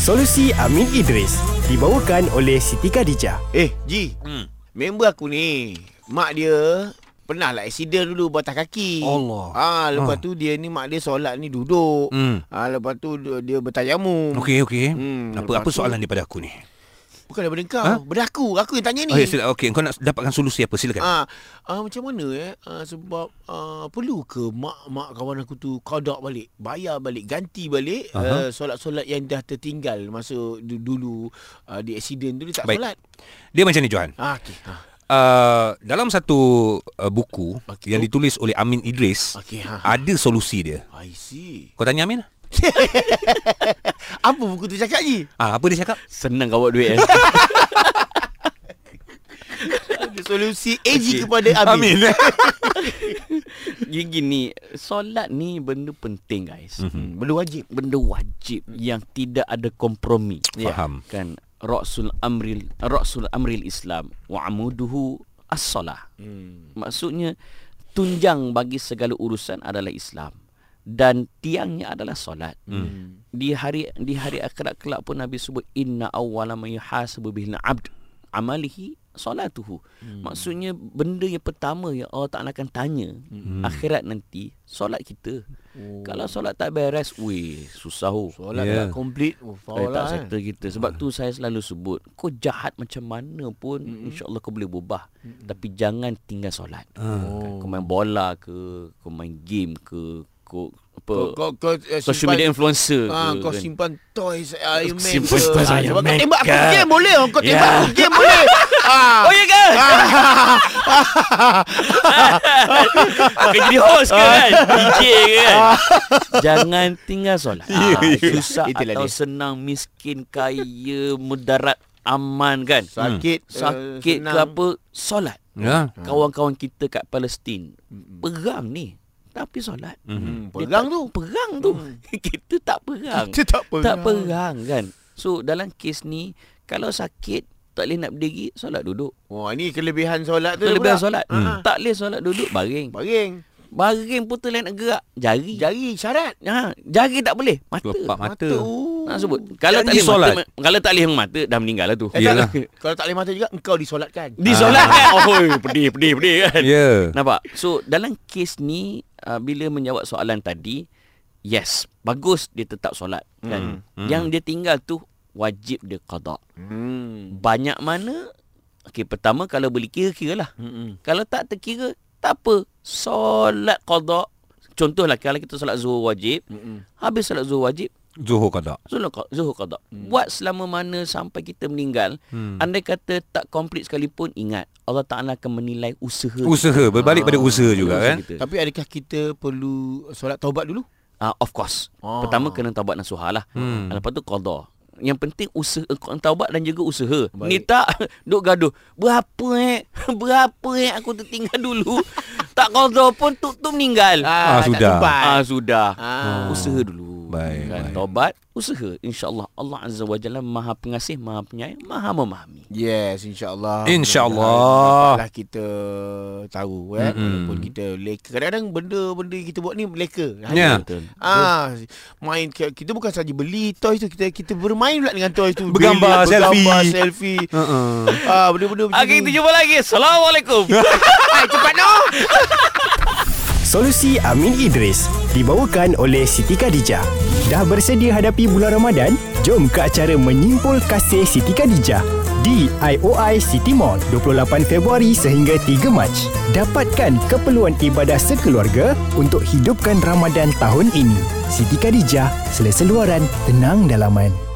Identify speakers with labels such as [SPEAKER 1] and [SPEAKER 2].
[SPEAKER 1] Solusi Amin Idris dibawakan oleh Siti Khadijah.
[SPEAKER 2] Eh, Ji. Hmm. Member aku ni, mak dia pernah lah accident dulu patah kaki.
[SPEAKER 3] Allah. Ha.
[SPEAKER 2] Ah, lepas tu dia ni mak dia solat ni duduk.
[SPEAKER 3] Hmm.
[SPEAKER 2] Ah, lepas tu dia, dia bertayamum.
[SPEAKER 3] Okey okey.
[SPEAKER 2] Hmm,
[SPEAKER 3] Hmm,
[SPEAKER 2] lepas
[SPEAKER 3] apa apa
[SPEAKER 2] tu-
[SPEAKER 3] soalan daripada aku ni?
[SPEAKER 2] Bukan daripada kau, ha?
[SPEAKER 3] Ha?
[SPEAKER 2] daripada aku. Aku yang tanya ni.
[SPEAKER 3] Oh, ya, sila, okey, kau nak dapatkan solusi apa? Silakan.
[SPEAKER 2] Ah, ah, macam mana eh? Ah, sebab ah, perlu ke mak-mak kawan aku tu kodok balik, bayar balik, ganti balik uh-huh. uh,
[SPEAKER 3] Aha.
[SPEAKER 2] solat-solat yang dah tertinggal masa du- dulu uh, di accident tu dia tak
[SPEAKER 3] Baik.
[SPEAKER 2] solat.
[SPEAKER 3] Dia macam ni Johan.
[SPEAKER 2] Ah, okey. Ah,
[SPEAKER 3] Uh, dalam satu uh, buku
[SPEAKER 2] Okey.
[SPEAKER 3] okay. yang ditulis oleh Amin Idris,
[SPEAKER 2] Okey,
[SPEAKER 3] okay,
[SPEAKER 2] ha.
[SPEAKER 3] ada solusi dia.
[SPEAKER 2] I see.
[SPEAKER 3] Kau tanya Amin?
[SPEAKER 2] Apa buku tu cakap ni?
[SPEAKER 3] Ah, apa dia cakap?
[SPEAKER 4] Senang kau buat duit eh.
[SPEAKER 2] Ada solusi AG okay. kepada Amin. Amin.
[SPEAKER 4] Jadi gini, solat ni benda penting guys. Mm-hmm.
[SPEAKER 2] Benda wajib.
[SPEAKER 4] Benda wajib yang tidak ada kompromi.
[SPEAKER 3] Ya. Faham.
[SPEAKER 4] Kan Rasul Amril Rasul Amril Islam wa amuduhu as-salah.
[SPEAKER 2] Hmm.
[SPEAKER 4] Maksudnya tunjang bagi segala urusan adalah Islam dan tiangnya adalah solat.
[SPEAKER 2] Hmm.
[SPEAKER 4] Di hari di hari akhirat kelak pun Nabi sebut inna awwala ma yuhasabu bihi abd amalihi solatuhu. Hmm. Maksudnya benda yang pertama yang Allah Taala akan tanya hmm. akhirat nanti solat kita.
[SPEAKER 2] Oh.
[SPEAKER 4] Oh. Kalau solat tak beres, weh, susah oh.
[SPEAKER 2] Solat
[SPEAKER 3] Ya.
[SPEAKER 2] yeah. tak komplit. Oh,
[SPEAKER 4] Eh,
[SPEAKER 2] faul
[SPEAKER 4] tak
[SPEAKER 2] lah.
[SPEAKER 4] sektor kita Sebab tu saya selalu sebut Kau jahat macam mana pun mm-hmm. InsyaAllah kau boleh berubah mm-hmm. Tapi jangan tinggal solat
[SPEAKER 2] Ah.
[SPEAKER 4] oh. Kau main bola ke Kau main game ke Kau apa
[SPEAKER 2] Kau, kau, kau, eh,
[SPEAKER 4] Social media
[SPEAKER 2] simpan-
[SPEAKER 4] influencer
[SPEAKER 2] Ah,
[SPEAKER 4] ke
[SPEAKER 2] kau
[SPEAKER 4] kan?
[SPEAKER 2] simpan toys Iron Man
[SPEAKER 4] Simpan
[SPEAKER 2] ke.
[SPEAKER 4] toys
[SPEAKER 2] Ah,
[SPEAKER 4] Iron
[SPEAKER 2] sebab
[SPEAKER 4] Man
[SPEAKER 2] Kau tembak aku
[SPEAKER 4] ke.
[SPEAKER 2] game boleh Kau tembak
[SPEAKER 4] Ya.
[SPEAKER 2] aku game boleh ah.
[SPEAKER 4] Oh ya ke? Akan jadi host ke kan? DJ ke kan? Jangan tinggal solat. Ah, susah
[SPEAKER 2] Ya, Itulah
[SPEAKER 4] atau
[SPEAKER 2] dia.
[SPEAKER 4] senang, miskin, kaya, mudarat, aman kan?
[SPEAKER 2] Sakit
[SPEAKER 4] Hmm. Sakit
[SPEAKER 2] eh,
[SPEAKER 4] ke
[SPEAKER 2] senang. Hmm.
[SPEAKER 4] apa? Solat.
[SPEAKER 3] Ya.
[SPEAKER 4] Kawan-kawan kita kat Palestin. Perang ni. Tapi solat.
[SPEAKER 2] Hmm,
[SPEAKER 4] Dia
[SPEAKER 2] Pegang
[SPEAKER 4] tak-
[SPEAKER 2] tu
[SPEAKER 4] Perang tu. kita tak perang.
[SPEAKER 2] Dia tak
[SPEAKER 4] Tak perang kan. So dalam kes ni, kalau sakit, tak boleh nak berdiri, solat duduk.
[SPEAKER 2] Wah ni kelebihan solat tu
[SPEAKER 4] Kelebihan
[SPEAKER 2] pula.
[SPEAKER 4] solat
[SPEAKER 2] Ha.
[SPEAKER 4] hmm. Tak boleh solat duduk Baring
[SPEAKER 2] Baring
[SPEAKER 4] Baring pun tak boleh nak gerak Jari Jari,
[SPEAKER 2] Jari syarat
[SPEAKER 4] ha, jari tak boleh Mata
[SPEAKER 3] Lepak mata.
[SPEAKER 4] Nak sebut Kalau tak
[SPEAKER 3] Janji
[SPEAKER 4] boleh
[SPEAKER 3] solat.
[SPEAKER 4] mata Kalau tak boleh mata Dah meninggal lah tu
[SPEAKER 2] Eh,
[SPEAKER 3] Yelah.
[SPEAKER 2] tak, kalau tak boleh mata juga Engkau disolatkan
[SPEAKER 4] Di solat kan Oh pedih pedih pedih kan
[SPEAKER 3] Ya. Yeah.
[SPEAKER 4] Nampak So dalam kes ni uh, Bila menjawab soalan tadi Yes Bagus dia tetap solat
[SPEAKER 3] Hmm,
[SPEAKER 4] kan?
[SPEAKER 3] hmm.
[SPEAKER 4] Yang dia tinggal tu Wajib dia qadak
[SPEAKER 2] hmm.
[SPEAKER 4] Banyak mana Okey pertama kalau boleh kira-kira lah
[SPEAKER 2] Mm-mm.
[SPEAKER 4] Kalau tak terkira, tak apa. Solat qada. Contohlah kalau kita solat zuhur wajib,
[SPEAKER 2] Mm-mm.
[SPEAKER 4] habis solat zuhur wajib,
[SPEAKER 3] Zuhur kau tak?
[SPEAKER 4] solat qa- zuhur qada. Hmm. Buat selama mana sampai kita meninggal. Hmm. Andai kata tak komplit sekalipun, ingat Allah Taala akan menilai usaha.
[SPEAKER 3] Usaha, berbalik pada usaha juga
[SPEAKER 4] usaha
[SPEAKER 3] kan?
[SPEAKER 4] kita.
[SPEAKER 2] Tapi adakah kita perlu Solat taubat dulu
[SPEAKER 4] Ah, of course.
[SPEAKER 2] Ah.
[SPEAKER 4] Pertama kena taubat nasuha lah. Hmm. Lepas tu qada. Yang penting usaha kau taubat dan juga usaha. Baik. Ni tak duk gaduh. Berapa eh? Berapa eh aku tertinggal dulu? tak qada pun tu tu meninggal.
[SPEAKER 3] Ah, sudah.
[SPEAKER 4] Ah sudah. Oh.
[SPEAKER 2] Ah.
[SPEAKER 4] Usaha dulu.
[SPEAKER 3] Baik,
[SPEAKER 4] Kan
[SPEAKER 3] baik.
[SPEAKER 4] taubat, usaha insya-Allah Allah Azza wa Jalla Maha Pengasih, Maha Penyayang, Maha Memahami.
[SPEAKER 2] Yes, insyaAllah
[SPEAKER 3] InsyaAllah.
[SPEAKER 2] Lah kita tahu kan mm-hmm. Walaupun kita leka Kadang-kadang benda-benda yang kita buat ni leka
[SPEAKER 3] Ya.
[SPEAKER 4] Betul.
[SPEAKER 2] Ah, main ke- kita bukan saja beli toys tu kita kita bermain pula dengan toys tu.
[SPEAKER 3] Bergambar,
[SPEAKER 2] beli, bergambar
[SPEAKER 3] selfie.
[SPEAKER 2] selfie.
[SPEAKER 3] Uh-uh.
[SPEAKER 2] ah, benda-benda macam
[SPEAKER 4] Okey, kita
[SPEAKER 2] ni.
[SPEAKER 4] jumpa lagi. Assalamualaikum.
[SPEAKER 2] cepat noh.
[SPEAKER 1] Solusi Amin Idris dibawakan oleh Siti Khadijah. Dah bersedia hadapi bulan Ramadan? Jom ke acara menyimpul kasih Siti Khadijah di IOI City Mall 28 Februari sehingga 3 Mac. Dapatkan keperluan ibadah sekeluarga untuk hidupkan Ramadan tahun ini. Siti Khadijah, selesa luaran, tenang dalaman.